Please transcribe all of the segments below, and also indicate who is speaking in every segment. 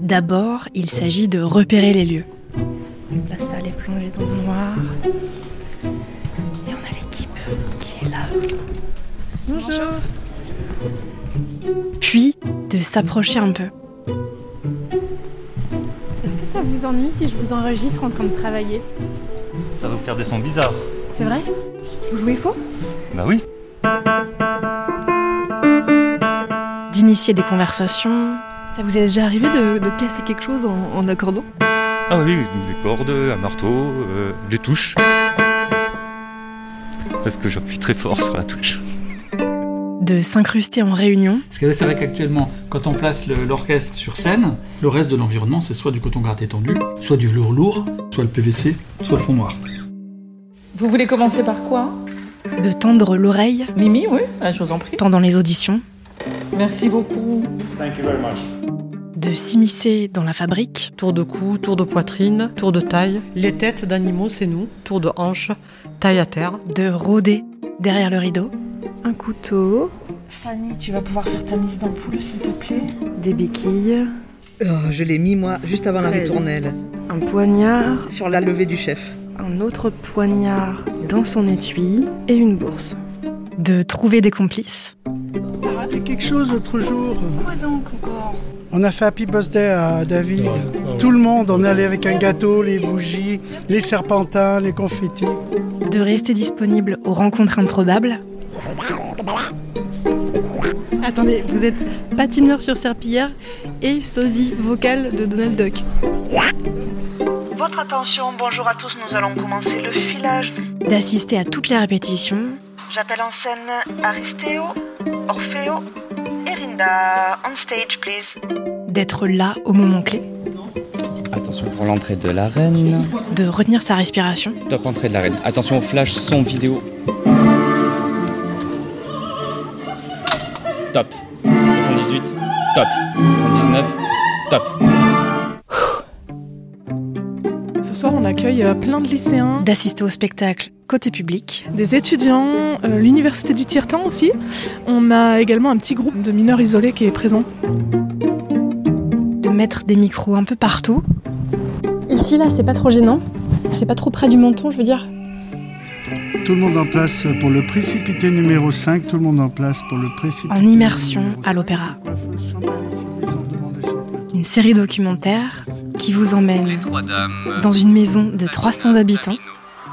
Speaker 1: D'abord, il s'agit de repérer les lieux.
Speaker 2: La salle est plongée dans le noir. Et on a l'équipe qui est là.
Speaker 1: Bonjour. Puis, de s'approcher un peu.
Speaker 2: Est-ce que ça vous ennuie si je vous enregistre en train de travailler
Speaker 3: Ça va vous faire des sons bizarres.
Speaker 2: C'est vrai Vous jouez faux
Speaker 3: Bah oui.
Speaker 1: D'initier des conversations.
Speaker 4: Ça vous est déjà arrivé de, de casser quelque chose en, en accordant
Speaker 3: Ah oui, les cordes, un marteau, euh, les touches. Parce que j'appuie très fort sur la touche.
Speaker 1: De s'incruster en réunion.
Speaker 5: Parce que là, c'est vrai qu'actuellement, quand on place le- l'orchestre sur scène, le reste de l'environnement, c'est soit du coton gratté tendu, soit du velours lourd, soit le PVC, soit le fond noir.
Speaker 6: Vous voulez commencer par quoi
Speaker 1: De tendre l'oreille
Speaker 6: Mimi, oui, Ah, je vous en prie.
Speaker 1: pendant les auditions.
Speaker 6: Merci beaucoup.
Speaker 1: De s'immiscer dans la fabrique.
Speaker 7: Tour de cou, tour de poitrine, tour de taille. Les têtes d'animaux, c'est nous. Tour de hanche, taille à terre.
Speaker 1: De rôder derrière le rideau.
Speaker 2: Un couteau,
Speaker 8: Fanny, tu vas pouvoir faire ta mise d'ampoule, s'il te plaît
Speaker 2: des béquilles,
Speaker 9: Oh, je l'ai mis moi juste avant la
Speaker 2: Treize.
Speaker 9: ritournelle,
Speaker 2: un poignard,
Speaker 9: sur la levée du chef.
Speaker 2: un autre poignard dans son étui et une bourse.
Speaker 1: De trouver des complices.
Speaker 10: T'as raté quelque chose l'autre jour. Quoi donc encore On a fait Happy Birthday à David. Tout le monde, on est allé avec un gâteau, les bougies, les serpentins, les confettis.
Speaker 1: De rester disponible aux rencontres improbables.
Speaker 4: Attendez, vous êtes patineur sur serpillière et sosie vocale de Donald Duck.
Speaker 8: Votre attention, bonjour à tous, nous allons commencer le filage.
Speaker 1: D'assister à toutes les répétitions.
Speaker 8: J'appelle en scène Aristéo, Orfeo et Rinda. On stage, please.
Speaker 1: D'être là au moment clé.
Speaker 11: Attention pour l'entrée de la reine.
Speaker 1: De retenir sa respiration.
Speaker 11: Top entrée de la reine. Attention au flash son vidéo. Top. 78. Top. 79. Top.
Speaker 2: Ce soir, on accueille euh, plein de lycéens,
Speaker 1: D'assister au spectacle côté public.
Speaker 2: des étudiants, euh, l'université du tiers-temps aussi. On a également un petit groupe de mineurs isolés qui est présent.
Speaker 1: De mettre des micros un peu partout.
Speaker 4: Ici, là, c'est pas trop gênant. C'est pas trop près du menton, je veux dire.
Speaker 10: Tout le monde en place pour le précipité numéro 5. Tout le monde en place pour le précipité.
Speaker 1: En immersion
Speaker 10: numéro
Speaker 1: à
Speaker 10: 5.
Speaker 1: l'opéra.
Speaker 10: Les coiffeuses, chanteuses, ils ont demandé sur le plateau.
Speaker 1: Une série documentaire qui vous emmène
Speaker 11: trois dames.
Speaker 1: dans une maison de 300 habitants.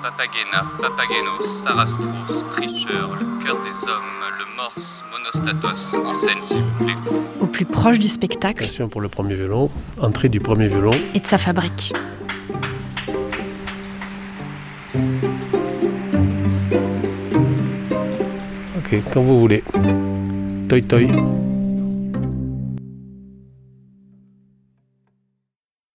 Speaker 11: Papagena, Papageno, Sarastros, Preacher, le cœur des hommes, le morse, Monostatos, en scène s'il vous plaît.
Speaker 1: au plus proche du spectacle
Speaker 5: pour le premier violon, entrée du premier violon.
Speaker 1: et de sa fabrique.
Speaker 5: Ok, quand vous voulez. Toi, toi.